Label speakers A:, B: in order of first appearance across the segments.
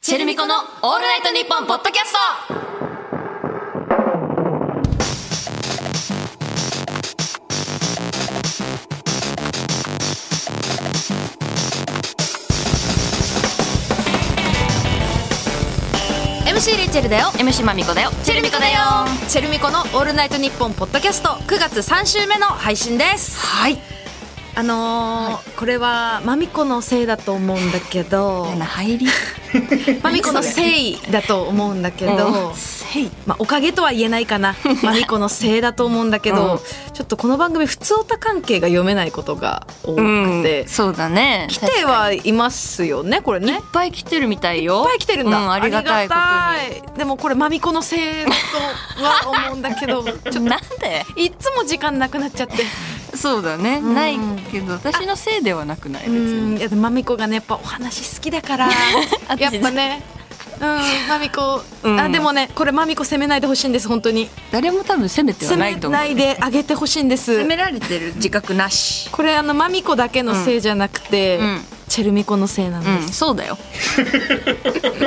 A: チェルミコのオールナイトニッポンポッドキャストリチェルだよ MC まみこだよチェルミコだよ
B: チェルミコのオールナイトニッポンポッドキャスト9月3週目の配信です
A: はい
B: あのーこれはマミコのせいだと思うんだけど
A: 入り
B: マミコのせいだと思うんだけど、
A: せい
B: まあ、おかげとは言えないか なマミコのせいだと思うんだけど、
A: うん
B: ちょっとこの番組普通オタ関係が読めないことが多く
A: うん
B: て、
A: そうだね
B: 来てはいますよねこれね
A: いっぱい来てるみたいよ
B: いっぱい来てるんだ、
A: うありがたいこと
B: ありがたいでもこれマミコのせいだとは思うんだけどちょ
A: に
B: っ
A: なんで
B: といっつも時間なくなっち ゃって
A: そうだね、
B: うん
A: ないけど私のせいではなくない別
B: うん
A: に
B: いやでもまみこがねやっぱお話好きだから
A: 私
B: やっぱねうんまみこ、
A: うん
B: あでもねこれまみこ責めないでほしいんです本当に
A: 誰も多分責めては
B: 責
A: な
B: め
A: いと思う
B: ないであげてほしいんです
A: 責められてる自覚なし
B: これあのまみこだけのせいじゃなくて、
A: うん
B: チェルミコのせいなんで
A: う
B: す、
A: んそうだよ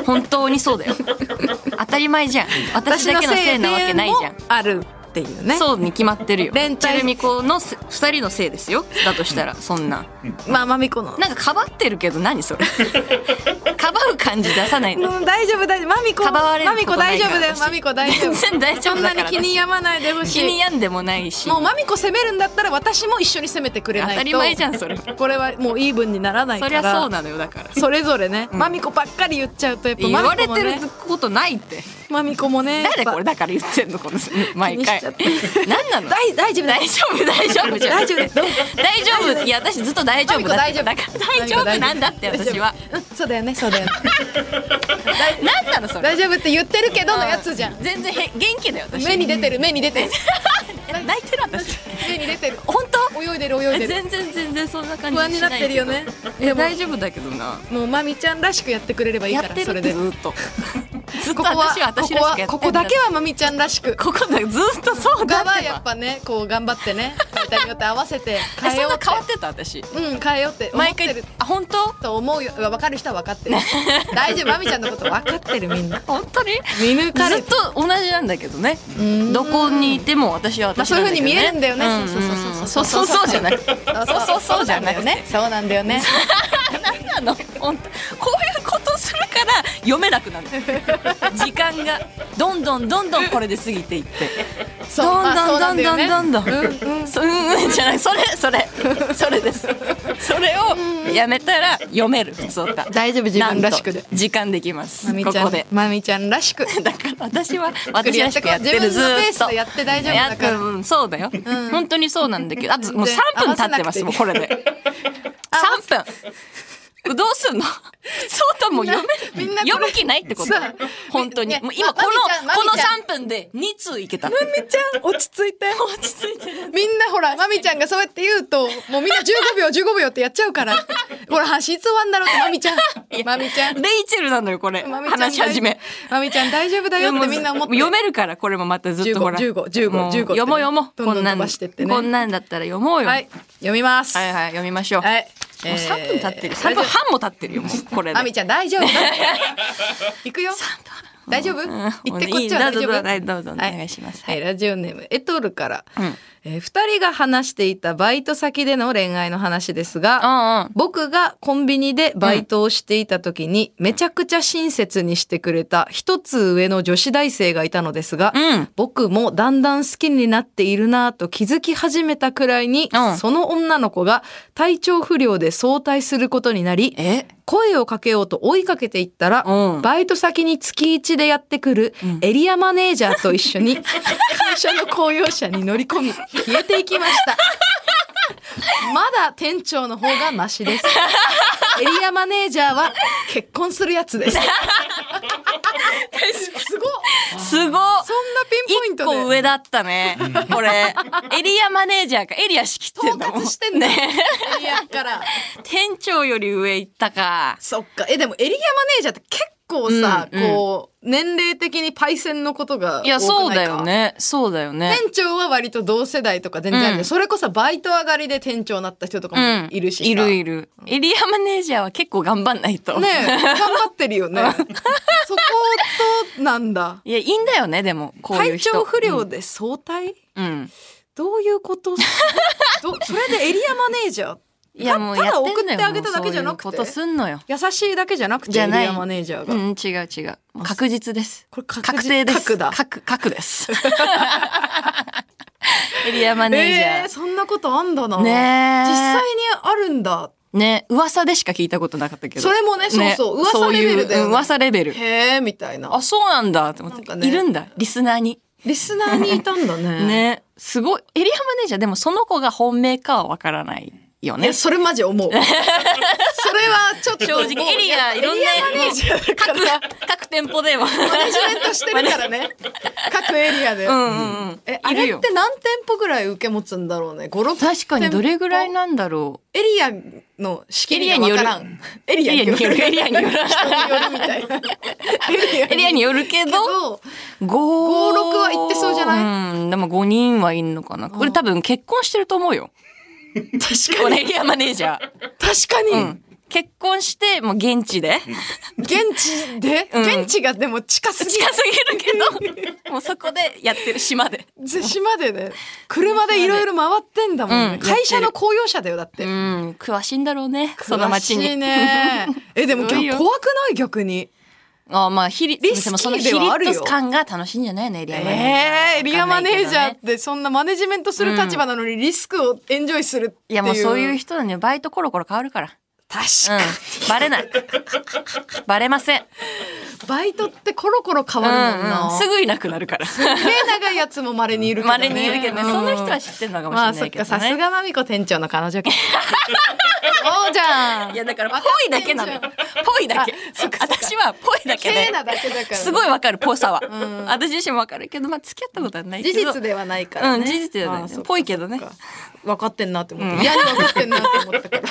A: 本当に そうだよ当たり前じゃん私だけのせいなわけないじゃん
B: 私のせいでもあるっていうね
A: そうに決まってるよ
B: 連帯
A: チェルミコのせ二人のせいですよだとしたらそんな
B: まあまみこの
A: なんかかばってるけど何 それかばう感じ出さないの
B: うん大丈夫大丈夫まみこ
A: かばわれる
B: ま
A: こ
B: みこと
A: な
B: 大
A: いか
B: 丈
A: ら
B: 夫だよ
A: 私
B: まみこ大丈夫
A: 全然 大丈
B: そ
A: 夫
B: んな
A: だ
B: に
A: から
B: 気に病まないでほし
A: 気に
B: い
A: 病んでもないし
B: もうまみこ責めるんだったら私も一緒に責めてくれ
A: 当
B: ないと
A: たり前じゃんそれそ
B: これはもうイーブンにならないか
A: りゃ
B: ら
A: そうなのよだから
B: それぞれね、マミコばっかり言っちゃうとやっぱ
A: 言わ
B: マミ
A: れ
B: コも
A: てる
B: ね
A: ことないって
B: マミコもねやっぱ
A: 誰これだから言ってんのこの毎回
B: 気に
A: 何なの
B: 大大丈夫
A: 大丈夫大丈夫じゃん
B: 大丈夫です
A: 大丈夫いや私ずっと大丈夫
B: マミコ
A: だって
B: 大丈夫
A: だから大丈夫なんだって私は
B: うんそうだよねそうだよね
A: 何なのそれ
B: 大丈夫って言ってるけどのやつじゃん
A: 全然へ元気だよ私
B: 目に出てる目に出 てる
A: 泣いてる私
B: 目に出てる
A: 本当
B: 泳いでる泳いでる
A: 全然全然そんな感じ
B: 不安になってるよ
A: しい
B: ね
A: けどいや大丈夫だけどな
B: もうマミちゃんらしくやってくれればいい
A: や
B: か
A: っ
B: ら
A: て
B: そ
A: る
B: れ
A: って
B: で
A: ずっ とずっと
B: ここは
A: 私は
B: こ
A: 私
B: こ
A: らし
B: は
A: くやってんだ
B: ここだけはマミちゃんらしく
A: ここだずっとそうだ
B: 他
A: ってば
B: はやっぱねこう頑張ってねネタによって合わせて
A: え
B: 変え
A: そん
B: よう
A: な
B: って
A: 変わってた私
B: うん変えようって思っ
A: 毎
B: て
A: 回
B: る
A: あ本当
B: と思うよ分かる人は分か ってる大丈夫マミちゃんのこと分かってるみんな
A: 本当に
B: 見抜か
A: ず
B: れ
A: ってと同じなんだけどね
B: ん
A: どこにいても私は
B: まあ
A: 私
B: そう
A: ないん
B: う
A: だけど
B: 風に見
A: ね
B: えるんだよね、
A: うんそうそうそうじゃなくて そうそうそうじゃなくて
B: ねそうなんだよね
A: 何なの本当こういうことするから読めなくな る時間がどんどんどんどんこれで過ぎていって
B: そう
A: どん
B: まあそ
A: ど
B: うん
A: どんど
B: なんだよね
A: んどんどん
B: うんうん
A: そうんうんじゃないそれそれそれですそれをやめたら読める普通だ
B: 大丈夫自分らしくで
A: なんと時間できます
B: まみ
A: こ
B: ちゃ
A: こ
B: ん
A: で
B: まみちゃんらしく
A: だから私 は私らしくやってる
B: 自
A: ず
B: 分のペー
A: ー
B: ス
A: っと
B: でやって大丈夫だから
A: いやうんそうだよ、
B: ん
A: 本当にそうなんだけどあともう
B: 全
A: 3
B: 然
A: 分経ってま
B: 合
A: すも
B: わ
A: う
B: せ
A: これで3分どうすんのそうとも読め
B: みん
A: る
B: なこれ
A: 読む気ないってこと
B: さあ
A: 本当に
B: ね
A: もう今こ
B: ま
A: の、
B: まみちゃん
A: この
B: まみちゃん
A: 3分で2通いけた
B: まみちゃん落ち着いて
A: 落ち着いてる
B: みんなほらまみちゃんがそうやって言うともうみんな15秒15秒ってやっちゃう からほら話いつ終わんだろうってまみちゃんまみちゃん
A: レイチェルなのよこれ
B: まみちゃん
A: 話し始め
B: まみちゃん大丈夫だよってみんな思って
A: 読めるからこれもまたずっとほら
B: 15 15
A: もう
B: 15
A: 読もう読もう
B: どんどん
A: こんなん
B: 伸ばしてってね
A: こんなんだったら読もうよ、
B: はい読みます
A: はいはい読みましょう、
B: はい
A: もう3分経ってる
B: 三
A: 3分半も経ってるよもうこれで
B: まみちゃん 大丈夫行くよ大丈夫
A: うん
B: 行ってこっちは
A: い
B: 大
A: いどう
B: 丈
A: ぞど
B: 夫
A: うぞどうぞお
B: はい
A: 願いします
B: はいラジオネームエトールから
A: ん
B: えー二人が話していたバイト先での恋愛の話です
A: う
B: が
A: んうん
B: 僕がコンビニでバイトをしていた時にめちゃくちゃ親切にしてくれた一つ上の女子大生がいたのですが
A: うん
B: 僕もだんだん好きになっているなぁと気づき始めたくらいに、
A: うん
B: その女の子が体調不良で早退することになり
A: え
B: 声をかけようと追いかけていったら、
A: うん
B: バイト先に月1でやってくるエリアマネージャーと一緒 に会社の公用車に乗り込み消えていきましたまだ店長の方がマシですエリアマネージャーは結婚するやつですすごい
A: すごっ
B: そんなピンポイン
A: 一
B: トで
A: 個上だったねこれエリアマネージャーかエリア仕切って
B: 統
A: んだもん
B: 括してんだよ、
A: ね
B: エリアから
A: 店長より上行ったか
B: そっかえでもエリアマネージャーって結構さ、
A: うんうん
B: こう年齢的にパイセンのことが多くないか
A: いやそうだよねそうだよね
B: 店長は割と同世代とか全然あるよ、
A: うん
B: それこそバイト上がりで店長になった人とかもいるしさ、
A: いるいるエリアマネージャーは結構頑張んないと
B: ねえ頑張ってるよねそことなんだ
A: いやいいんだよねでもこういう
B: 体
A: 人
B: 調不良で早退、
A: うん、うん
B: どういう ことそどそれでエリアマネージャー
A: いやもうや
B: ただ
A: っ
B: 送
A: てんのよ
B: ってあげただけじゃなくて
A: もうそういうことすんのよ
B: 優しいだけじゃなくて
A: じ
B: エ
A: ゃ
B: リ
A: ない
B: アマネージャーが、
A: うん違う違うもう確実です
B: これ確
A: 確定です
B: 確だ
A: 確確です エリアマネージ
B: え
A: ャ
B: ー、そんなことあんだな
A: ー、ねえ
B: 実際にあるんだ
A: ね噂でしか聞いたことなかったけど
B: それもねそうそう、噂レベル
A: そういう
B: だよ、ね、
A: うん噂レベル
B: へえみたいな
A: あそうなんだって思っ
B: なん
A: て、
B: かね
A: いるんだリスナーに
B: リスナーにいたんだね
A: ねすごいエリアマネージャーでもその子が本命かはわからないよ
B: い
A: ね
B: やそれマ ジ思うそれはちょっと
A: 正直
B: もう
A: エリアいろんな
B: エリアマネージャーだから
A: 各 各店舗では
B: マネジメントしてるか らね各エリアで、
A: うんうんうん
B: えあ
A: いる
B: れ
A: よ
B: って何店舗ぐらい受け持つんだろうね56
A: 確かにどれぐらいなんだろ
B: エリアの仕切りが分からんエ
A: う
B: リ
A: エ
B: ア
A: リ
B: に
A: アによるエリアによる
B: 人によるみた いな
A: エリアによるけ
B: け
A: ど
B: ど
A: 56
B: 56は行ってそうじゃ
A: ないうんでも5人はいんのかなこれ多分結婚してると思うよ
B: 確
A: こ
B: か
A: のエ
B: に
A: リアマネージ ャー
B: 確かに、
A: うん結婚してもう現地で
B: 現地で、
A: うん
B: 現地がでも近すぎ
A: 近すぎるけ どもうそこでやってる島で
B: る島で ね車でいろいろ回ってんだもんね、
A: うん
B: 会社の公用車だよだって、
A: うん詳しいんだろうねその町
B: 詳しい
A: に
B: ねえでも
A: す
B: 逆
A: ごい
B: 怖
A: よ
B: くない逆に
A: ああまあヒリ
B: リスキー
A: でもそのヒ
B: で
A: リ
B: はあるよ
A: ッと感が楽しいんじゃないのエリアマネージャー
B: えー、エリアマネージャー
A: わかんない
B: っ
A: け
B: てそんなマネジメントする立場なのにリスクをエンジョイするっていう
A: いやもうそういう人なんでバイトコロコロ変わるから
B: 確
A: うん
B: かに、
A: バレないバレません
B: バイトってコロコロ変わるもんな、
A: うんうんすぐいなくなるから
B: 手長いやつもまれにいるけど
A: ま
B: ね
A: れにいるけどね、その人は知ってるのかもし
B: まあ
A: れ
B: そ
A: な
B: っ
A: いけど
B: か
A: ね。
B: さすがまみこ店長の 彼女かそうじゃん
A: いやだからぽいだけなのよ。ぽいだけ。私はぽいだけ
B: 手
A: で。
B: なだけだから
A: すごいわかるぽさは。私自身もわかるけど、まあ付き合ったことはないけ
B: 事
A: ど。
B: 実ではないからね、
A: うん事実ではない
B: ああそっか
A: ぽいけどね
B: そっか分かってんなって思って嫌に分かってんなって思っ たから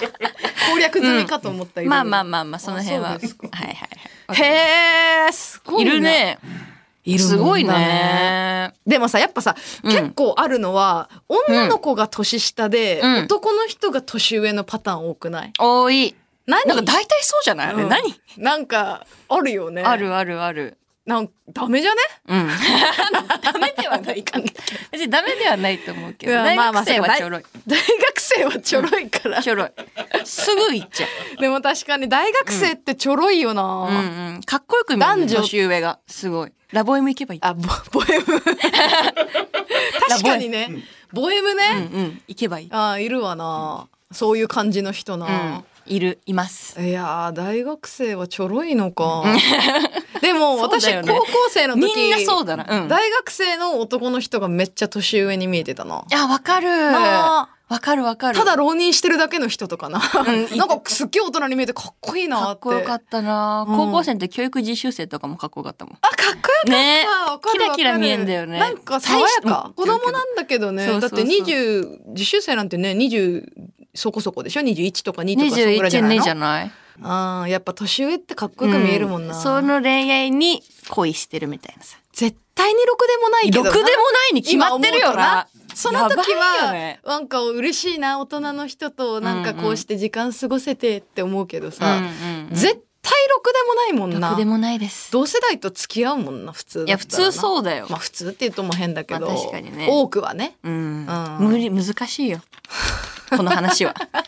B: 攻略済みかと思った
A: まあまあま
B: あ
A: あまあその辺は。
B: あ
A: はい
B: そうですか
A: はいは
B: へえすご
A: い。い
B: いな
A: るね。
B: いるもん
A: す
B: だ
A: ごいね。
B: でもさやっぱさ、
A: うん
B: 結構あるのは女の子が年下で、
A: うん
B: 男の人が年上のパターン多くない
A: 多い。
B: 何
A: なんか大体そうじゃないあ
B: う
A: れ
B: ん
A: 何？
B: なんかあるよね
A: あるあるある。
B: なんかダメじゃね
A: うん。ダメではないかな。別にダメでは ないと思うけど、
B: うん
A: 大
B: まあまあ
A: 学生はちょろい。
B: 大 学生はちょろいから、
A: ちょろい。すぐ行っちゃう。
B: でも確かに大学生ってちょろいよな、
A: うんうん、かっこよく見える
B: 男女
A: 年上がすごいラボエム行けばいい
B: あボボ エム確かにねボエムね、
A: うんうん行けばいい、
B: あーいるわなそういう感じの人
A: う、、
B: なん
A: いるいます
B: いやー大学生はちょろいのか でも
A: そう
B: 私、
A: だよね
B: 高校生の時
A: みんなそうだなうん
B: 大学生の男の人がめっちゃ年上に見えてたない
A: やわかるわ
B: な
A: かるわかる
B: ただ浪人してるだけの人とか
A: ん
B: な、なんかすっげえ大人に見えてかっこいいな
A: か
B: っ
A: ってこよかったな、
B: うん
A: 高校生って教育実習生とかもかっこよかったもん
B: あかっこよかった、
A: ね
B: わかる
A: キラキラ見えんだよね
B: なんか爽やか
A: 大
B: 子
A: して
B: 供なんだけどね
A: そうそうそう
B: だって20実習生なんてね20そこそこでしょ21とか2とかそこぐらいじゃ
A: 21
B: ない
A: ね
B: の
A: じゃない
B: あーやっぱ年上ってかっこよく見えるもんな、
A: うその恋愛に恋してるみたいなさ
B: 絶対にろくでもないけ
A: ろ
B: どな
A: くでもないに決まってるよな
B: その時
A: やばいよ
B: は、
A: ね
B: なんか嬉しいな大人の人となんかこうして時間過ごせてって思うけど
A: うん
B: さ、絶対ろくでもないも
A: うんんろ
B: な
A: くでもないです
B: 同世代と付き合うもんな普通
A: いや普通
B: う
A: そうだよ、
B: まあ普通って言うとも変だけど、
A: まあ確かにね
B: 多くはね
A: うん
B: うん
A: 無理難しいよこの話はちょっ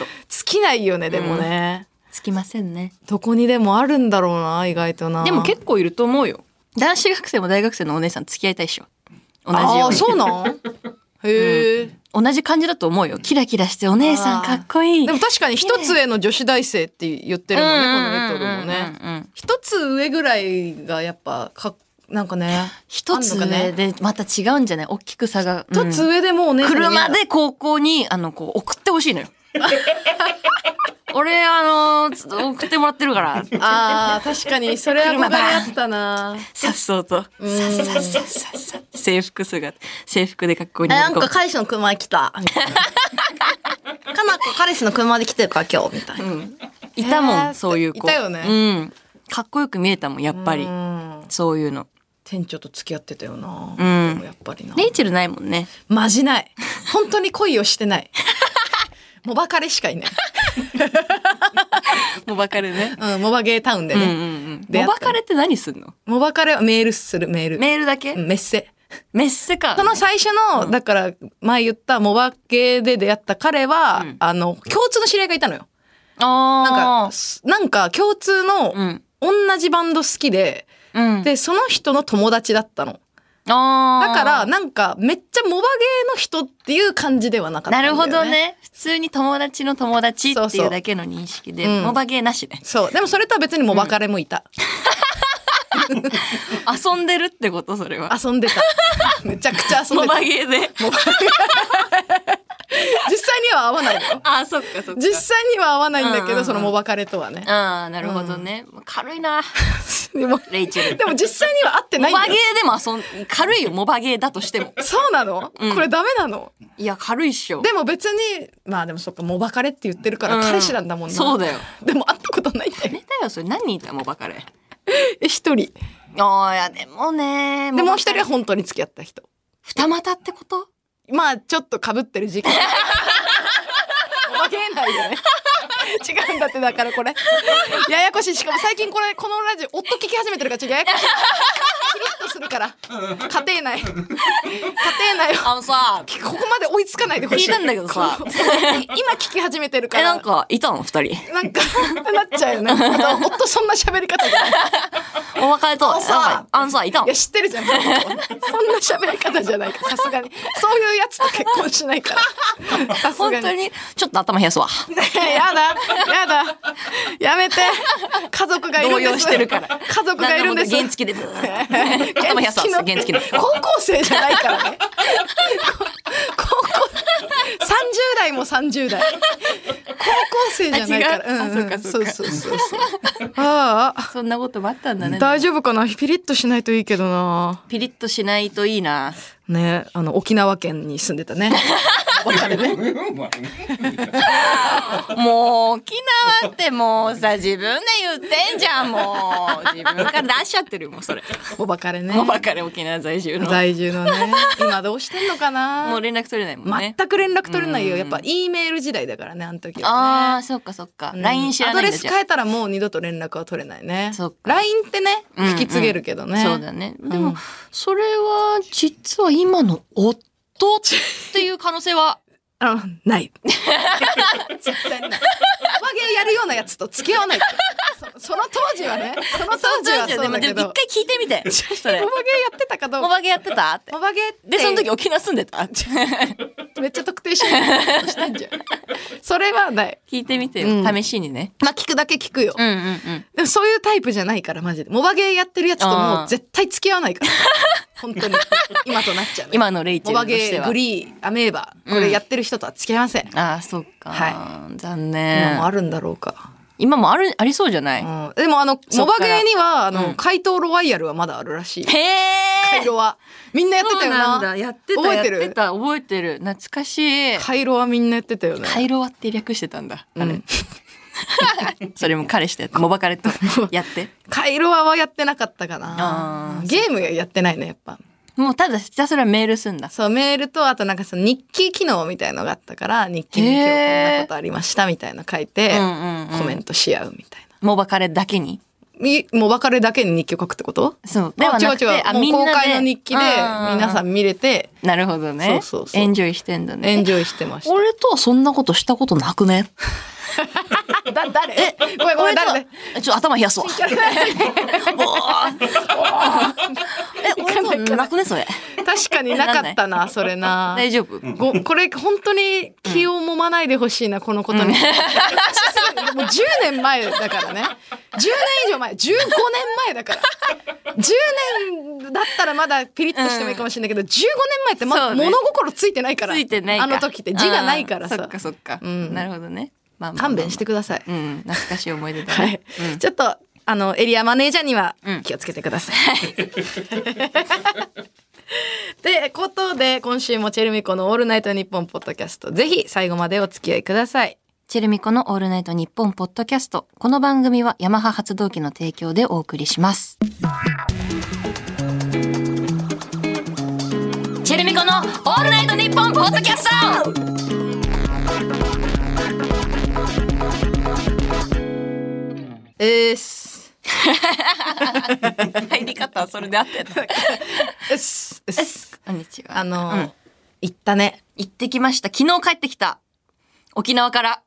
A: と
B: 尽きないよねでもね、
A: つきませんね
B: どこにでもあるんだろうな意外とな
A: でも結構いると思うよ男子学生も大学生のお姉さん付き合いたいでしょ同じよ
B: あ
A: う
B: あ
A: に
B: そうなんへえ、
A: 同じ感じだと思うよキラキラしてお姉さんかっこいい
B: でも確かに一つ上の女子大生って言ってるもんね、このレトロも
A: うんうん
B: ね
A: うんうん
B: 一つ上ぐらいがやっぱかっなんかね
A: 一つ
B: あんのか
A: 上
B: ね
A: でまた違うんじゃない大きく差が
B: 一つ
A: うん
B: 上でもうね、
A: 車で高校にあのこう送ってほしいのよ俺あの送ってもらってるから
B: ああ確かにそれ憧れあったな
A: さっそうと
B: うん
A: 制服姿制服で格好に乗り込
B: なん
A: む
B: か彼氏の車来たみ たいなかなこ彼氏の車で来てるから今日みたいな、
A: いたもん、
B: えー
A: そういう子
B: いたよね
A: うんかっこよく見えたもんやっぱり
B: うん
A: そういうの
B: 店長と付き合ってたよな、
A: うん
B: でもやっぱりな
A: レイチェルないもんね
B: マジない本当に恋をしてない モバ彼しかいない、
A: もうバカレね
B: うん、モバゲータウンで
A: うんうん
B: ね、
A: うん
B: 出会った
A: もうバカレって何すんの
B: モバ彼はメールするメール
A: メールだけ、
B: うんメッセ
A: メッセか
B: その最初の、だから前言ったモバゲーで出会った彼は、
A: うん
B: あの共通の知り合いがいたのよな
A: あ
B: んかすなんか共通の
A: うん
B: 同じバンド好きで、
A: うん
B: でその人の友達だったの
A: あー
B: だからなんかめっちゃモバゲーの人っていう感じではなかった
A: な
B: んだよ
A: る
B: ね
A: ほどね普通に友達の友達
B: そう
A: って
B: そ
A: いううだけの認識で
B: うん
A: モバゲーなし ね
B: そうでもそれとは別にモバ彼もいた、
A: 遊んでるってことそれ は
B: 遊んでた めちゃくちゃ遊ん
A: モ
B: でた
A: バゲーで
B: モバ 実際には合わないのよ
A: あーそっかそっか
B: 実際には合わないんだけ
A: うんうんう
B: ど
A: ん
B: そのモバ彼 とはね
A: ああなるほどね、軽いな
B: でも
A: レイチェル
B: でも実際には合って ない
A: モ
B: んだ
A: バゲ
B: よ
A: ーでも遊ん軽いよモバゲーだとしても
B: そうなの、
A: うん
B: これダメなの
A: いや軽いっしょ
B: でも別にまあでもそっかモバ彼って言ってるから
A: うん
B: 彼氏なんだもんな、
A: そうだよ
B: でも会ったことないんだよ
A: ねだよそれ何人いたモバカレー
B: え一人
A: ああいやでもね
B: でもう一
A: モバカ
B: 人
A: レー
B: は本当に付き合った人
A: 二股ってこと
B: まあちょっとかぶってる時期おまけないよね違うんだってだからこれややこしいしかも最近これこのラジオ夫聞き始めてるからちょっとややこしいキリッとするから家庭内家庭内を
A: あのさ
B: ここまで追いつかないでほしい
A: 聞いたんだけどさ
B: こう今聞き始めてるか
A: え
B: ら
A: なんかいたの二人
B: なんかってなっちゃうよねあと夫そんな喋り方じゃない
A: お別れと
B: あさ
A: あのさいたの
B: いや知ってるじゃんそんな喋り方じゃないからさすがにそういうやつと結婚しないからさすが
A: 本
B: に
A: 当にちょっと頭冷やすわ
B: やだやだやめて家族がいるんです
A: 動揺 してるから
B: 家族がいるんです
A: なんかもう原付でブ ー頭冷やすわ
B: 原
A: 原付の
B: 高校生じゃないからね高校30代も30代高校生じゃないから
A: あ違うあ
B: んん
A: そうかそうか
B: そうそうそうああ
A: そんなこともあったんだね
B: 大丈夫かなピリッとしないといいけどな
A: ピリッとしないといいな
B: ねあの沖縄県に住んでたねわかるね
A: もう沖縄ってもうさ自分で言ってんじゃんも う自分から出しちゃってるよもうそれ
B: おばかれ ね
A: もうばかり沖縄在住のも
B: 在住のね今どうしてんのかな
A: う連絡取れないもんね
B: 全く連絡取れないよ
A: うん
B: やっぱ E メール時代だからねあの時
A: あ
B: は
A: あ
B: ね
A: そっかそっか
B: うん
A: LINE 知らないん
B: ア
A: だ
B: ドレス
A: じゃん
B: 変えたらもう二度と連絡は取れないね
A: そっか
B: LINE ってね
A: うんうん
B: 引き継げるけどね、
A: そうだねで
B: う
A: も
B: ん
A: それは実は今の夫っていう可能性は
B: あのない絶対ないおまけやるようなやつと付き合わないそ その当時はね その当時は
A: で
B: そう
A: も
B: だ
A: で
B: け
A: も一
B: ど
A: 回聞いてみて それ
B: おまけやってたかどう
A: お
B: か
A: 化けやってたって
B: おまけ
A: でその時沖縄住んで た
B: めっちゃ特定しようとしてんじゃんそれはない
A: 聞いてみて
B: う
A: よ
B: ん
A: 試しにね
B: まあ聞くだけ聞くよ
A: うんうんうん
B: でもそういうタイプじゃないからマジでモバゲーやってるやつとも
A: あー
B: う絶対付き合わないから 本当に今となっちゃうね
A: 今のレイチ
B: モ
A: ェル
B: バ
A: とし
B: ゲ
A: て
B: ー
A: は
B: グリーアメーバこれやってる人とは付き合いません、
A: ああそっか、
B: は
A: 残
B: 今
A: 念
B: もあるんだろうか、
A: 今もあるありそうじゃない、
B: うん、でもあの
A: そっ
B: モ
A: か
B: バ
A: ら
B: ゲーにはあの、
A: うん
B: 怪盗ロワイヤルはまだあるらしい
A: へ
B: カイ
A: え
B: ロはみんなやってたよな
A: やってた
B: 覚
A: やっ
B: え
A: て
B: る
A: てた覚えてる懐かしい
B: カイロはみんなやってたよね
A: カイロワって略してたんだあ
B: う
A: れ、
B: ん
A: それも彼氏とやってモバ彼と やって
B: カイロははやってなかったかな
A: あー
B: ゲームやってないねやっぱ
A: もうただひたすらメールすんだ
B: そうメールとあとなんかその日記機能みたいのがあったから日記に今日こんなことありましたみたいな書いて、
A: うんうんうん
B: コメントし合うみたい
A: モバ彼だけに
B: な。いもう別れだけに日記を書くってこと
A: そうではなくて
B: あ違う違う。もう公開の日記で皆さ
A: ん
B: ん見れて
A: なるほどね
B: そうそうそう
A: エンジョイしてんだ
B: エ
A: ね
B: ンジョイしてました。
A: 俺とはそんなことしたことなくね
B: だ誰えごめんごめ
A: 俺
B: ん
A: と
B: 誰
A: は
B: で
A: ちょっと頭冷やすわ。 え、俺とはなくねそれ。
B: 確かになかったな、それな。
A: 大丈夫。
B: ごこれ本当に気を揉まないでほしいな、このことに。もう10年前だからね。10年以上前、15年前だから。10年だったらまだピリッとしてもいいかもしれないけど、15年前ってま
A: そうね
B: 物心ついてないから。
A: ついてないか。
B: あの時って字がないから
A: あーそ
B: さ
A: っ。かそっか。
B: うん
A: なるほどね。まあまあまあ
B: 勘弁して。ください。
A: うん、懐かしい思い出だ
B: は
A: ね
B: い。。ちょっと、あの、エリアマネージャーには
A: うん
B: 気をつけてください。 で、ことで、今週もチェルミコのオールナイトニッポンポッドキャスト、ぜひ最後までお付き合いください。
A: チェルミコのオールナイトニッポンポッドキャスト。この番組はヤマハ発動機の提供でお送りします。チェルミコのオールナイトニッポンポッドキャスト
B: えーす。
C: 入り方はそれで合ってた。
B: うっす。うっす。
A: こんにちは。
B: あの
A: う
B: ー
A: ん、
B: 行ったね。
A: 行ってきました。昨日帰ってきた。沖縄から。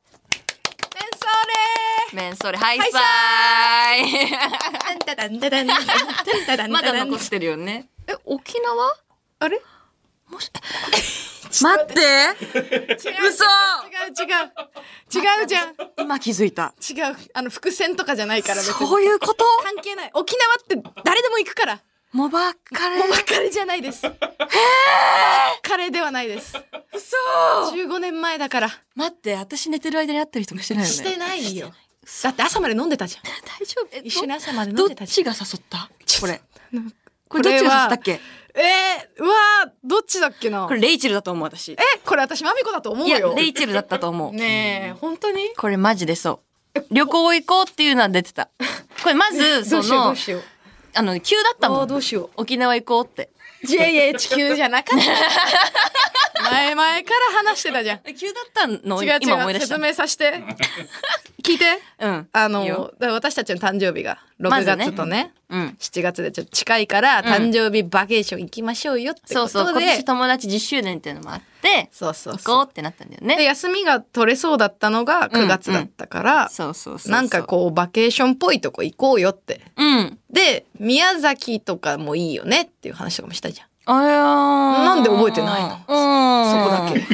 B: メン
A: メ
B: ソ
A: ンソーレ、ハイサイ
B: ーレー。タンタランタランタンタランタラン
A: まだ残してるよね。え、沖縄
B: あれ違う
A: 待って 嘘
B: 違う。違うじゃん。
A: 今気づいた。
B: 違う。あの、伏線とかじゃないから別に。
A: そういうこと
B: 関係ない。沖縄って誰でも行くから。
A: モバカレー
B: お別れじゃな いです。カレーではないです。
A: 嘘
B: 15年前だから。
A: 待って、私寝てる間に会ってる人もしてないよね。
B: してないよ。だって朝まで飲んでたじゃん。
A: 大丈夫え
B: 一緒に朝まで飲
A: ど
B: ん
A: っ
B: でたじ
A: ちが誘ったこれ。
B: ゃん。
A: これどっちが誘ったっけ
B: えー、うわーどっちだっけな
A: これレイチェルだと思う私。
B: え、これ私マミコだと思う
A: いや、
B: よ。
A: レイチェルだったと思う。
B: ねえ、本当に
A: これマジでそう。旅行行こうっていうのは出てた。これまず、 そう
B: どしようど
A: の
B: う、しよう。
A: あの、急だった
B: あ
A: も
B: ーど
A: ん。
B: うしよ
A: 沖縄行こうって。
B: う。JHQ じゃな かった。前々から話してたじゃん。
A: 急だったの
B: 違う違う
A: 今思い出した
B: 説。明させて聞いて
A: うん。
B: あ
A: いい
B: の
A: よ
B: だから私たちの誕生日が
A: ま
B: 6
A: ずね
B: 月とね,、
A: うん。
B: 7月でちょっと近いから誕生日バケーション行きましょうよってことで、
A: そうそう。今年友達10周年っていうのもあって、
B: そうそう
A: 行
B: そ
A: こ
B: う
A: うってなったんだよ
B: で
A: ね。
B: 休みが取れそうだったのが9月だったから、
A: そうそうそう。
B: なんかこうバケーションっぽいとこ行こうよって
A: う。うん。
B: で宮崎とかもいいよねっていう話とかもしたじゃん
A: あや
B: なんで覚えてないのそこだけなんで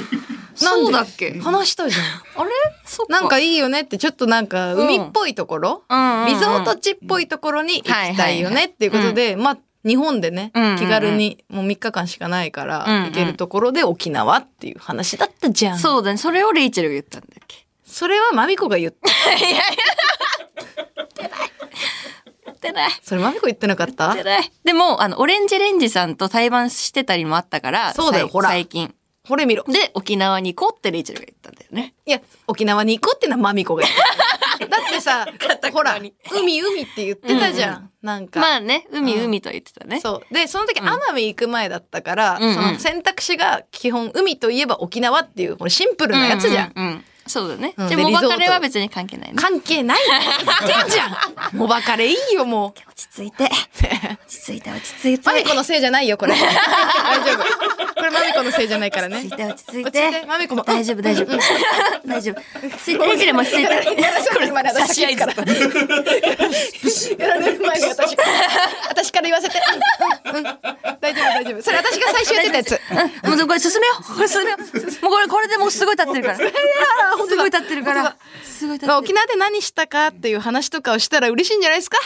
A: そうだっけ
B: 話したじゃん
A: あれそっか
B: なんかいいよねってちょっとなんか海っぽいところ、
A: うんうんうん
B: リゾート地っぽいところに行きたいよねっていうことで、まあ日本でね、
A: うんうんうん
B: 気軽にもう3日間しかないから、
A: うんうん
B: 行けるところで沖縄っていう話だったじゃん。
A: そうだねそれをレイチェルが言ったんだっけ
B: それはまみこが言った。
A: 言ってない
B: それまみこ言ってなかった
A: 言ってないでもあのオレンジレンジさんと対バンしてたりもあったから
B: そうだよ
A: さい
B: ほら
A: 最近
B: これ見ろ。
A: で沖縄に行こうってレイチェルが言ったんだよね
B: いや、沖縄に行こうってのはまみこが言った。 だってさ、ほら、海海って言ってたじゃん。なんか。
A: まあね海
B: うん
A: 海と言ってたね、
B: そうでその時
A: うん
B: 奄美行く前だったから、
A: うんうん
B: その選択肢が基本海といえば沖縄っていうこれシンプルなやつじゃん、
A: うんうんうんそうだね、
B: うん
A: じゃあ
B: で
A: モバカ
B: リゾー
A: レ
B: ト
A: は別に関係ないね
B: 関係ない言ってんじゃんもうバカレいいよもう
A: 落ち着いて落ち着いて落ち着いて
B: マミコのせいじゃないよこれ大丈夫これマミコのせいじゃないからね
A: 落ち着いて落ち着い
B: 落ち着い
A: て
B: てマミコも
A: 大丈夫大丈夫大丈夫落ち着いてレイチェルも落ち着い て
B: 今ね私
C: 合い
B: からやられる前に私 私から言わせてうんうんうん大丈夫大丈夫それ私が最初言ってたや つ
A: もうでもこれ進めようこれ進めようもうこれこれでもうすごい立ってるからすごい立ってるからすごい立って
B: 沖
A: る
B: 縄で何したかっていう話とかをしたら嬉しいんじゃないで すか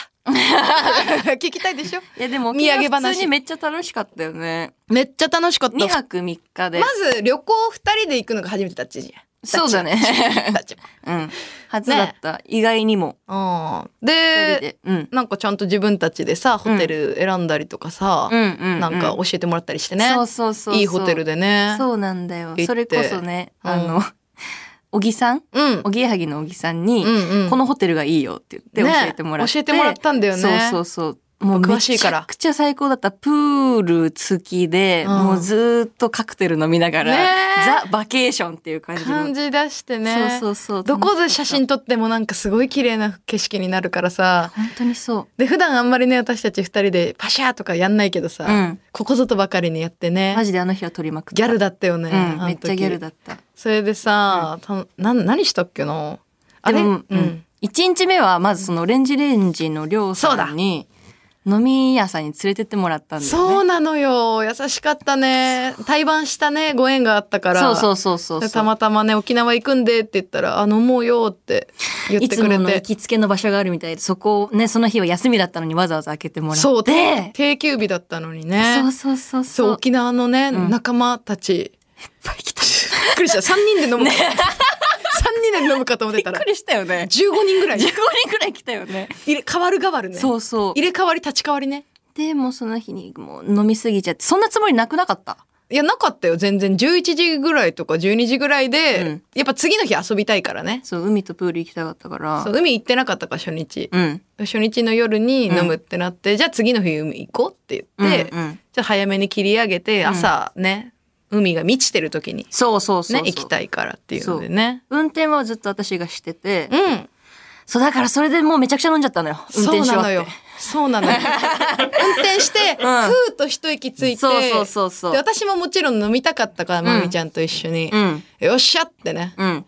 B: 聞きたいでしょ
A: いやでも
B: 土
A: 沖縄
B: 産話
A: 普通にめっちゃ楽しかったよね
B: めっちゃ楽しかった
A: 2泊3日で、
B: まず旅行二人で行くのが初めてだったじゃん
A: そうだね
B: たちも
A: うん初だった、意外にも
B: うん
A: 一人
B: で
A: で、うん、
B: なんかちゃんと自分たちでさホテル選んだりとかさ、
A: うんうんうん
B: なんか教えてもらったりしてね、
A: そうそうそうそう
B: いいホテルでね
A: そうなんだよ
B: 行って
A: それこそね
B: うん
A: あの小木さん
B: うん
A: 小木やはぎの小木さんに、
B: うんうん
A: このホテルがいいよって言って
B: ね
A: 教えてもらって、
B: 教えてもらったんだよね
A: そうそうそう。もう
B: 詳しいから
A: めちゃくちゃ最高だった。プール付きで、
B: うん
A: もうずーっとカクテル飲みながら、
B: ね
A: ザ・バケーションっていう感じの。
B: 感じ出してね
A: そうそうそう。
B: どこで写真撮ってもなんかすごい綺麗な景色になるからさ
A: 本当にそ
B: で普段あんまりね私たち二人でパシャーとかやんないけどさ、
A: う。うん。
B: ここぞとばかりにやってね
A: マジであの日は撮りまくった。
B: ギャル
A: だ
B: だったよね、あ
A: うん。
B: の
A: めっ
B: 時
A: ちゃギャルだった。
B: それでさ、たな何したっけなあれ
A: でも、うん。1日目はまずそのオレンジレンジの寮さんに、飲み屋さんに連れてってもらったんだ
B: そ
A: よ
B: う
A: ね。
B: なのよ優しかったね対バンしたねご縁があったから
A: そうそうそうそうそう。
B: でたまたまね沖縄行くんでって言ったら「あ飲もうよ」って言っ
A: い
B: て
A: つ
B: く
A: も
B: れ
A: の行
B: て
A: きつけの場所があるみたいで、そこをね、その日は休みだったのにわざわざ開けてもらって。
B: そう定定休日だったのにね
A: そうそうそう
B: そ
A: そ
B: う
A: う。
B: 沖縄のね、
A: ん
B: 仲間たち
A: ぱい来た。
B: びっくりした3人で飲む、 三3人で飲むかと思ってた
A: びっ
B: ら
A: くりしたよね
B: 15。人ぐらい
A: 15人くらい来たよね。
B: 入れ変わる変わるね
A: そうそう。
B: 入れ替わり立ち替わりね
A: でもその日にもう飲みすぎちゃって、そんなつもりなくなかった。
B: いや、なかったよ。全然。11時ぐらいとか12時ぐらいで、
A: うん
B: やっぱ次の日遊びたいからね。
A: そう、海とプール行きたかったから
B: そ。う、海行ってなかったから初日。
A: うん。
B: 初日の夜に飲むってなって、じゃあ次の日海行こうって言って、
A: うんうん
B: じゃあ早めに切り上げて、朝ね、海が満ちてる時に
A: そうそうそうそう。
B: ね、行きたいからっていうのでね。
A: 運転はずっと私がしてて。
B: うん。
A: そう、だからそれでもうめちゃくちゃ飲んじゃったのよ。運
B: そう
A: 転し
B: な
A: ようっ
B: の
A: て
B: よ。。そうなの よ。運転して、ふーっと一息ついて、
A: そうそうそうそう
B: で私ももちろん飲みたかったから、まみちゃんと一緒に、
A: うん
B: よっしゃってね。
A: うん。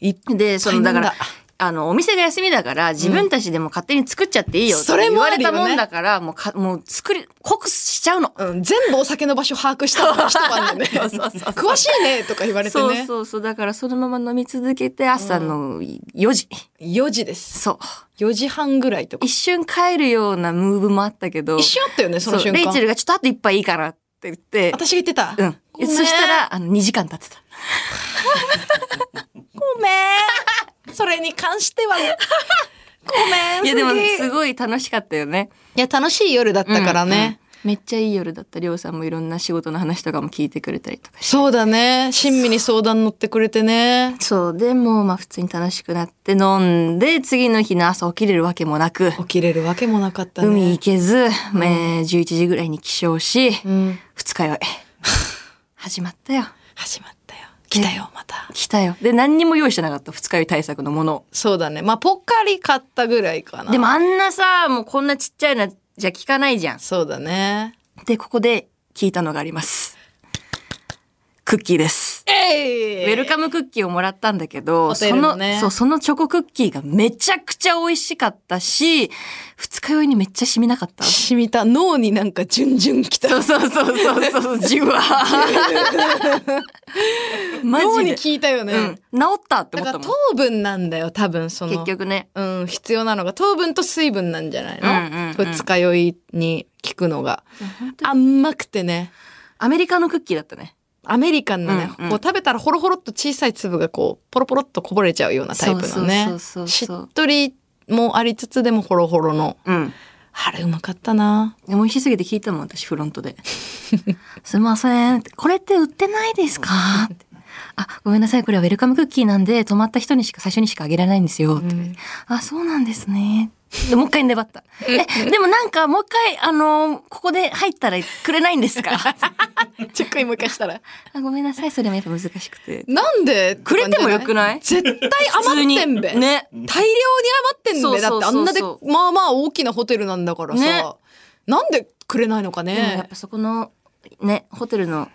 B: いっ
A: で、その、だから
B: 大変、
A: あの、お店が休みだから、自分たちでも勝手に作っちゃっていいよって
B: それ
A: 言
B: も
A: わ
B: あ
A: れ
B: るよ
A: た
B: ね
A: もんだから、もうか、もう作り、酷使しちゃうの。
B: うん、全部お酒の場所把握したの一晩なん で
A: そうそうそうそう
B: 詳しいねとか言われて
A: そう
B: ね
A: そうそう。だからそのまま飲み続けて、朝の4時。
B: 4時です
A: そう。
B: 4時半ぐらいとか
A: 一瞬帰るようなムーブもあったけど。
B: 一瞬あったよねその
A: そう
B: 瞬
A: レイチェ
B: 間
A: ルがちょっとあと一杯いいかなって言って。
B: 私が言ってた、
A: うん。
B: ごめん
A: そしたら、あの、2時間経ってた。
B: ごめんそれに関し てはご
A: い
B: めん
A: や、でも、
B: す
A: す
B: ぎ
A: ごい楽しかったよね。
B: いや楽しい夜だったからね、
A: うん。めっちゃいい夜だった。りょうさんもいろんな仕事の話とかも聞いてくれたりとかして。
B: そうだね親身に相談乗ってくれてね
A: そう。でも、まあ普通に楽しくなって飲んで、次の日の朝起きれるわけもなく、
B: 起きれるわけもなかったね
A: 海行けず、えー11時ぐらいに起床し、
B: うん
A: 二日酔い。始まったよ。
B: 始まったよ来たよまた
A: 来たよ。で、何にも用意してなかった。二日酔い対策のもの
B: そうだねまあポッカリ買ったぐらいか
A: を
B: な
A: でもあんなさ、もうこんなちっちゃいのじゃ効かないじゃん。
B: そうだね
A: で、ここで聞いたのがあります。クッキーです。
B: えい
A: ウェルカムクッキーをもらったんだけど、
B: ホテ
A: そ
B: ルの
A: の
B: ね、
A: そう、そのチョコクッキーがめちゃくちゃ美味しかったし、二日酔いにめっちゃ染みなかった。
B: 染みた脳になんかじゅんじゅんきた
A: そうそうそうそうそう、じわー。マ
B: 脳
A: ジ
B: に
A: で。
B: 効いたよね、
A: うん、治ったって
B: だ
A: 思ったも
B: から糖分なんだよ多分そ
A: ん。
B: の
A: 結局ね。
B: うん、必要なのが糖分と水分なんじゃない
A: うんうんうん
B: の、二日酔いに効くのが甘くてね
A: アメリカのクッキーだったね。
B: アメリカンのね、
A: うんうん
B: こう食べたらホロホロっと小さい粒がこうポロポロっとこぼれちゃうようなタイプのね
A: そうそうそうそう
B: しっとりもありつつでもホロホロの
A: うん。
B: あれうまかったな
A: でも美味しすぎて聞いたもん、私、フロントで。 すいません。これって売ってないですかってあ、ごめんなさい。これはウェルカムクッキーなんで、泊まった人にしか、最初にしかあげられないんですよ。ってあ、そうなんですね。で、もう一回粘った。え、でもなんか、もう一回、あのここで入ったらくれないんです か
B: チェックインもう一回したら
A: あごめんなさい。それもやっぱ難しくて。
B: なんで
A: くれてもよくない
B: 絶対余ってんべ、
A: 普通にね。
B: 大量に余ってん
A: そう
B: べ
A: そ
B: だ
A: うそうそう
B: ってあんなでまあまあ大きなホテルなんだからさ、
A: ね
B: なんでくれないのか
A: でもやっ
B: ね
A: ぱそこの、ね、ホテルの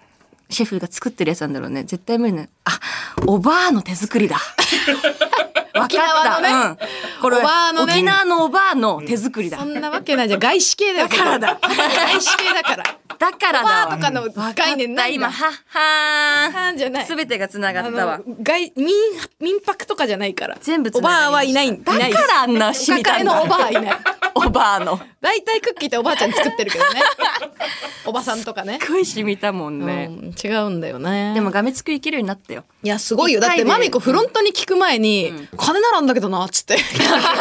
A: シェフが作ってるやつなんだろうね。絶対無理ね。あ、おばあの手作 りだ。わかっ
B: 沖縄のね
A: た。うん。これ、
B: おばあのね
A: 沖縄のおばあの手作りだ
B: そ。んなわけないじゃん外資系だよだからだ外資系だから
A: だからだわ。
B: バーとかの概念ないんだ
A: 今、は、は
B: なんじゃな
A: ーん。
B: い
A: すべてが繋がったわ
B: あ。の外民民泊とかじゃないから
A: 全部
B: お
A: 繋がりました
B: ばあはいないん
A: だ
B: ない
A: からあんな
B: お
A: 染み
B: 抱
A: た
B: え
A: ん
B: の
A: だ
B: おばあいない
A: おばあの。す
B: 大体 クッキーっておばあちゃん作ってる けどねおばさんとかね
A: っごい染みたもん
B: うん、
A: ね。
B: 違うんだよね
A: でも、がめつくいけるようになったよ。
B: いや、すごいよ。
A: 一
B: だっ
A: 回
B: て、
A: で
B: マミコフロントに聞く前に、金ならんだけどな、っ つって。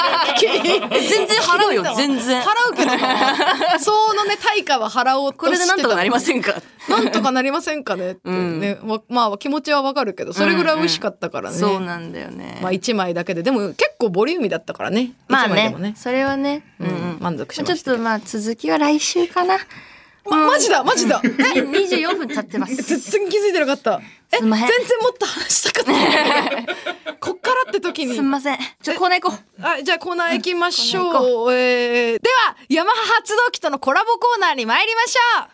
A: 全然払うよ、全然。
B: 払うけ どな。そのね、対価は払おうと
A: こ
B: してた
A: れでなんとかなりま
B: ん。
A: せんか。
B: なんとかなりませんかねってね、わまあ、気持ちはわかるけど、それぐらい美味しかったからね。
A: そうなんだよね。
B: まあ、1枚だけで。でも、結構ボリューミーだったからね。
A: まあ
B: 1枚
A: ね
B: でもね。
A: それはね、うん
B: うん満足しま
A: ちょ
B: し
A: ったとまあ続きは来週かな。
B: ま、マジだ、マジだ。え
A: 二十四分経ってま す。
B: 全然気づいてなかった。え、
A: す
B: 全
A: んま
B: 然
A: へん
B: もっと話したかった。 こっからって時に
A: す。みません。ちょコーナー行こう。
B: はい、じゃあコーナー行きまし
A: コーナー行
B: ょう。えーでは、ヤマハ発動機とのコラボコーナーに参りましょう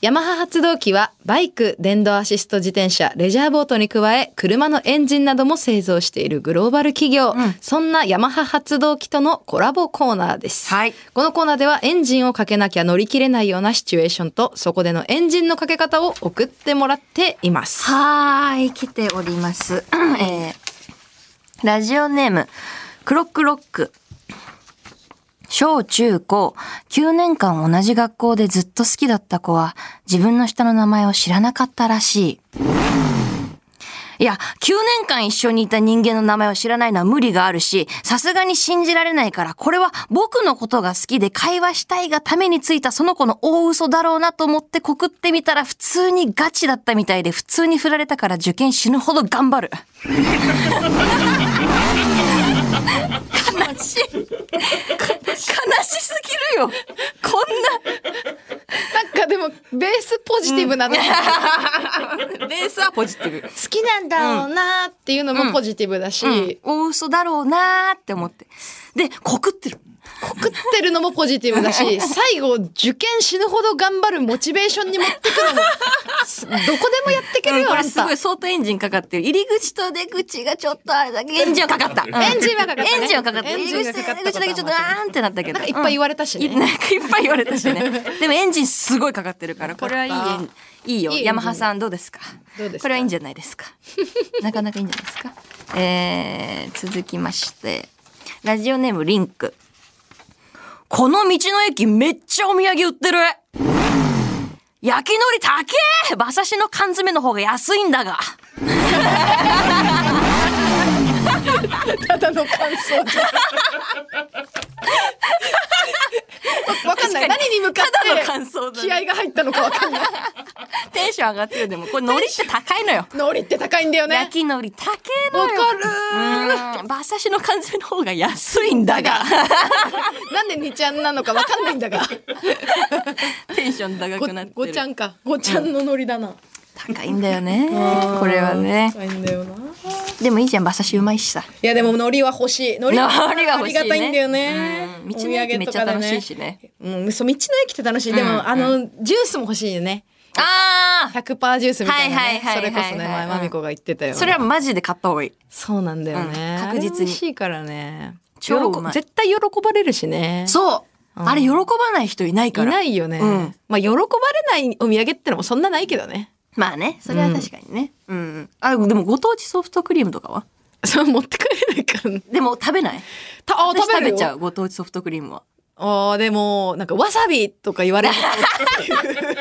B: ヤマハ発動機はバイク、電動アシスト自転車、レジャーボートに加え車のエンジンなども製造しているグローバル企業、そんなヤマハ発動機とのコラボコーナーです、
A: はい
B: このコーナーではエンジンをかけなきゃ乗り切れないようなシチュエーションとそこでのエンジンのかけ方を送ってもらっています
A: はーい来ております。 えー、ラジオネームクロックロック。小中高、9年間同じ学校でずっと好きだった子は、自分の下の名前を知らなかったらしい。いや、9年間一緒にいた人間の名前を知らないのは無理があるし、さすがに信じられないから、これは僕のことが好きで会話したいがためについたその子の大嘘だろうなと思って告ってみたら、普通にガチだったみたいで、普通に振られたから受験死ぬほど頑張る。悲しい。悲しすぎるよ。こん
B: なんかでもベースポジティブなの、好
C: ベースはポジティブ。
B: きなんだろうなーっていうのもポジティブだし、
A: な、大嘘だろうなーって思って。で、告ってる。
B: 告ってるのもポジティブ だし最後受験死ぬほど頑張るモチベーションに持ってくのもすどこでもやってけ
A: う
B: る
A: ん
B: よ、
A: こ
B: あ
A: れ
B: ん
A: す
B: た
A: ごい相当エンジンかかってる入り口と出口がちょっとあれだけエンジンはかかった、
B: エンジンはかかったね
A: エンジンはかかった
B: エン
A: 入り
B: ジ
A: 口
B: ンが
A: と
B: かかった
A: 出口だけちょっとあーんってなったけど
B: なんかいっぱい言われたしね
A: う んいなんかいっぱい言われたしねでもエンジンすごいかかってるからこれはいい
B: かか
A: エ
B: っ
A: ンいいよ
B: いいエンジン
A: ヤマハさんどうですか
B: どうですか
A: これはいいんじゃない ですかなかなかいいんじゃないですかえー、続きましてラジオネームリンクこの道の駅めっちゃお土産売ってる焼き海苔高え馬刺しの缶詰の方が安いんだ が
B: ただの感想じゃんわかんない何に向か
A: ただの
B: っ
A: 感想
B: て
A: だ、
B: 気
A: ね、
B: 合が入ったのかわかんない
A: テンション上がってるでもこれ海苔って高いのよ
B: ノリって高いんだよ
A: 焼
B: ね
A: き海苔高えの
B: わか
A: よ
B: る
A: うーん馬刺しの缶詰の方が安いんだが
B: なんで二ちゃんなのかわかんないんだが
A: テンション高くなって
B: ご
A: る
B: ちゃんかごちゃんのノリだな、
A: 高いんだよねこれはね
B: 高いんだよな
A: でもいいじゃん馬刺しうまいしさ
B: いやでもノリは欲しいノリは
A: 海苔は欲しいね
B: ありがたいんだよね
A: うん道の駅めっちゃ楽しいしね
B: お土産とかでねうんそう道の駅って楽しいでも、
A: うん
B: あのジュースも欲しいよね
A: ああ
B: 100%ジュースみたいな
A: はいは
B: ね
A: い
B: そ
A: はいは
B: れ
A: い
B: こそね前まみこが言ってたよ
A: それはマジで買った方がいい
B: そうなんだよね、
A: うん確実に
B: あれ美味しいからね
A: 超うまい
B: 喜絶対喜ばれるしね
A: そう、
B: うん
A: あれ喜ばない人いない
B: い
A: から
B: ないよね、
A: うん
B: まあ喜ばれないお土産ってのもそんなないけどね
A: まあねそれは確かにねうん、あでもご当地ソフトクリームとかは
B: それ持って帰れないからね
A: でも食べない
B: たあ
A: 私食
B: る
A: べ
B: よ
A: ちゃうご当地ソフトクリームは
B: あーでもなんかわさびとか言われるっていう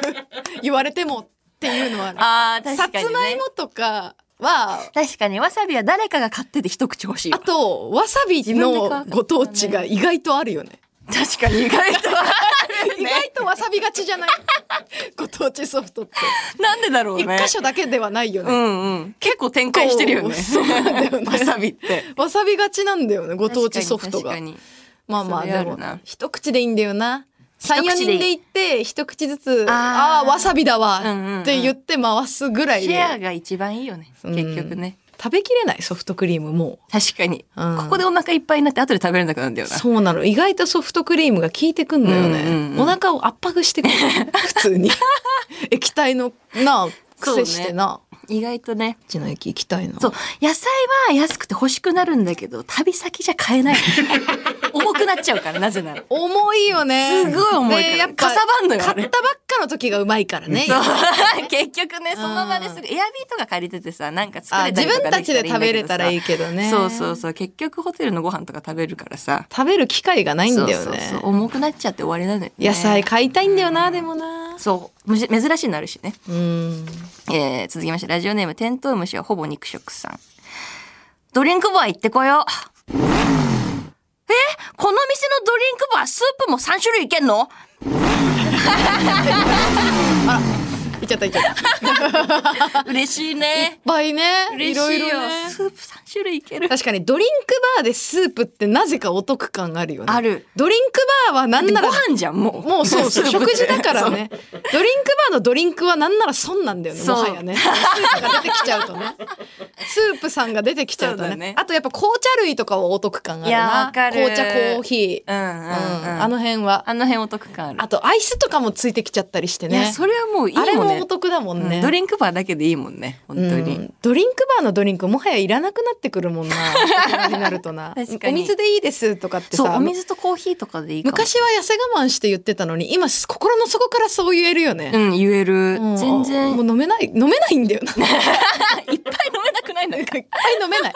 B: 言われてもっていうのはある
A: あ
B: さつまいもとかは
A: 確かにわさびは誰かが買ってて一口欲しい
B: あ
A: わ
B: とわさび
A: 分で買うから
B: の
A: ね
B: ご当地が意外とあるよね
A: 確かに意外とある
B: 意
A: ね
B: 外とわさびがちじゃない ご当地ソフトって
A: なんでだろう
B: 一
A: ね
B: 箇所だけではないよ
A: う
B: ね、
A: んうん結構展開してるよね
B: そうなんだよね
A: わさびって
B: わさびがちなんだよねご当地ソフトが
A: 確かに確か
B: まあまあ
A: それあ
B: で
A: る
B: も
A: な
B: 一口でいいんだよな34
A: 一口
B: 人
A: でいい
B: で行って一口ずつ「
A: あー
B: ああーわさびだわ
A: うんうんうん」
B: って言って回すぐら
A: に
B: い
A: シェア
B: で
A: が一番いいよね
B: うん
A: 結局ね
B: 食べきれないソフトクリームも
A: 確かに
B: う、うん
A: ここでお腹いっぱいになって後で食べれなくなるんだよな
B: そうなの意外とソフトクリームが効いてくんだよね、
A: うんうんうん
B: お腹を圧迫 してくる普通に液体のなあ
A: そうね
B: 癖してな、
A: 意外とね
B: うちの駅行きたいな
A: そう野菜は安くて欲しくなるんだけど旅先じゃ買え ない重くなっちゃうからなぜなら
B: 重いよね
A: すごい重いから
B: でやっぱ
A: かさばんのよあ
B: 買
A: れ
B: ったばっかの時がうまいからね
A: そう 結局ねその場ですぐエアビーとか借りててさなんか作
B: あ
A: れた
B: 自
A: りと
B: 分
A: か
B: た
A: で
B: ち
A: きたらいいんだけどさ
B: で食べれたらいいけどね
A: そうそうそう結局ホテルのご飯とか食べるからさ
B: 食べる機会がないんだよね
A: そうそうそう重くなっちゃって終わりなのよ、ね、
B: 野菜買いたいんだよな、でもな
A: そうむし珍しいのあるしね、
B: うん
A: えー続きましてラジオネームテントウムシはほぼ肉食さんドリンクバー行ってこようえこの店のドリンクバースープも3種類いけんの
B: いっちゃったいっちゃったいっ
A: 嬉しいね
B: ぱいね
A: 嬉しいよ
B: ろいろね
A: スープ3種類いける
B: 確かにドリンクバーでスープってなぜかお得感あるよね
A: ある
B: ドリンクバーはなん
A: でご
B: なら
A: 飯じゃんもう
B: もう そうそう
A: スープっ
B: 食
A: て
B: 事だからねドリンクバーのドリンクはなんなら損なんだよね
A: そう
B: もはやねスープが出てきちゃうと ねスープさんが出てきちゃうと
A: そう
B: ね
A: だね
B: あとやっぱ紅茶類とかはお得感ある
A: いや
B: な
A: わかる
B: 紅茶コーヒー、
A: うんうんうん、
B: うん
A: あ
B: あ
A: の
B: の辺は
A: あの辺お得感ある
B: あとアイスとかもついてきちゃったりして
A: い
B: ね
A: やそれはもういいも
B: あ
A: んね
B: れもお得だもんね、
A: ドリンクバーだけでいいもんね本当に、
B: うんドリンクバーのドリンクもはやいらなくなってくる もんな大人になるとな
A: 確か
B: お
A: に
B: 水でいいですとかって
A: そう
B: さ
A: お水とコーヒーとかでいいかも
B: 昔は痩せ我慢して言ってたのに今心の底からそう言えるよ
A: う
B: ね、
A: ん言える、
B: うん
A: 全然
B: もう飲めない飲めないんだよないっ
A: 飲めなくないの
B: ぱい飲めない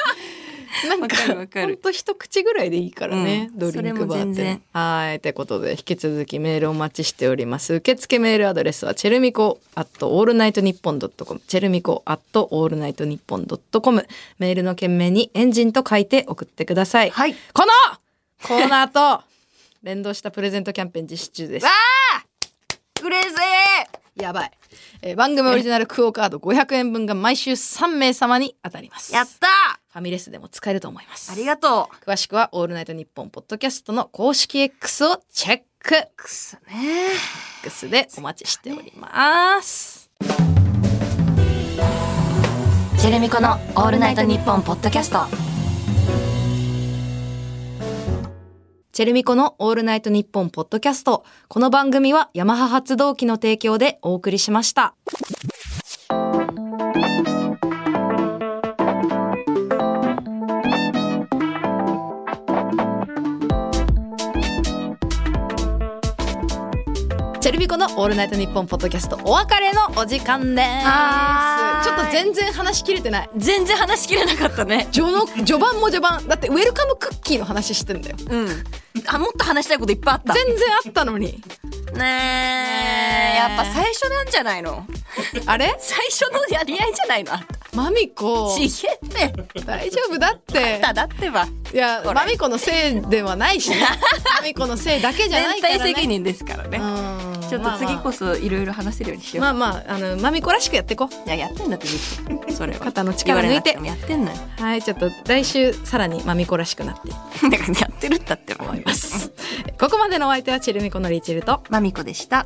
B: なん
A: わかるわかる
B: ほんと一口ぐらいでいいからね、
A: うん
B: ドリンクバ
A: それ
B: ー
A: も全
B: ってね
A: 然。
B: はい。ということで、引き続きメールお待ちしております。受付メールアドレスは、チェルミコ、アット、オールナイトニッポンドットコム。チェルミコ、アット、オールナイトニッポンドットコム。メールの件名に、エンジンと書いて送ってください。
A: はい。
B: こ のコーナーと、連動したプレゼントキャンペーン実施中です。
A: 嬉しい
B: やばい、えー番組オリジナルクオカード500円分が毎週3名様に当たります。
A: やっ
B: フ
A: た
B: ァミレスでも使えると思います。
A: ありがとう
B: 詳しくは「オールナイトニッポン」ポッドキャストの公式 X をチェック
A: くすね
B: X でお待ちしております。
A: ジェレミコの「オールナイトニッポン」ポッドキャスト
B: チェルミコの「オールナイトニッポン」ポッドキャストこの番組はヤマハ発動機の提供でお送りしました。チェルミコのオールナイトニッポンポッドキャストお別れのお時間です。ちょっと全然話しきれてない。
C: 全然話しきれなかったね
B: 序の序盤も序盤だってウェルカムクッキーの話してんだよ
C: うんあもっと話したいこといっぱいあった
B: 全然あったのに
C: ねえやっぱ最初なんじゃないの
B: あれ
C: 最初のやり合いじゃないのあん
B: マミコ
C: たち げえって
B: 大丈夫だって
C: ただってば
B: いや
C: これ
B: マミコのせいではない しねマミコのせいだけじゃない
C: 全
B: から、ね、
C: 体責任ですからね
B: うん
C: ちょっと次こ
B: そ
C: そいろいろ話せるようにしよう、
B: まあまあ,、まあ、あのマミコらしくやっていこ
C: いややってん だってずっとそれは
B: 肩の力抜いて
C: 言われなくもやってんのよ
B: うはいちょっと来週さらにマミコらしくなってい
C: だからやってるんだって思い
B: ますここまでのお相手はチェルミコのリーチェルと
A: まみこでした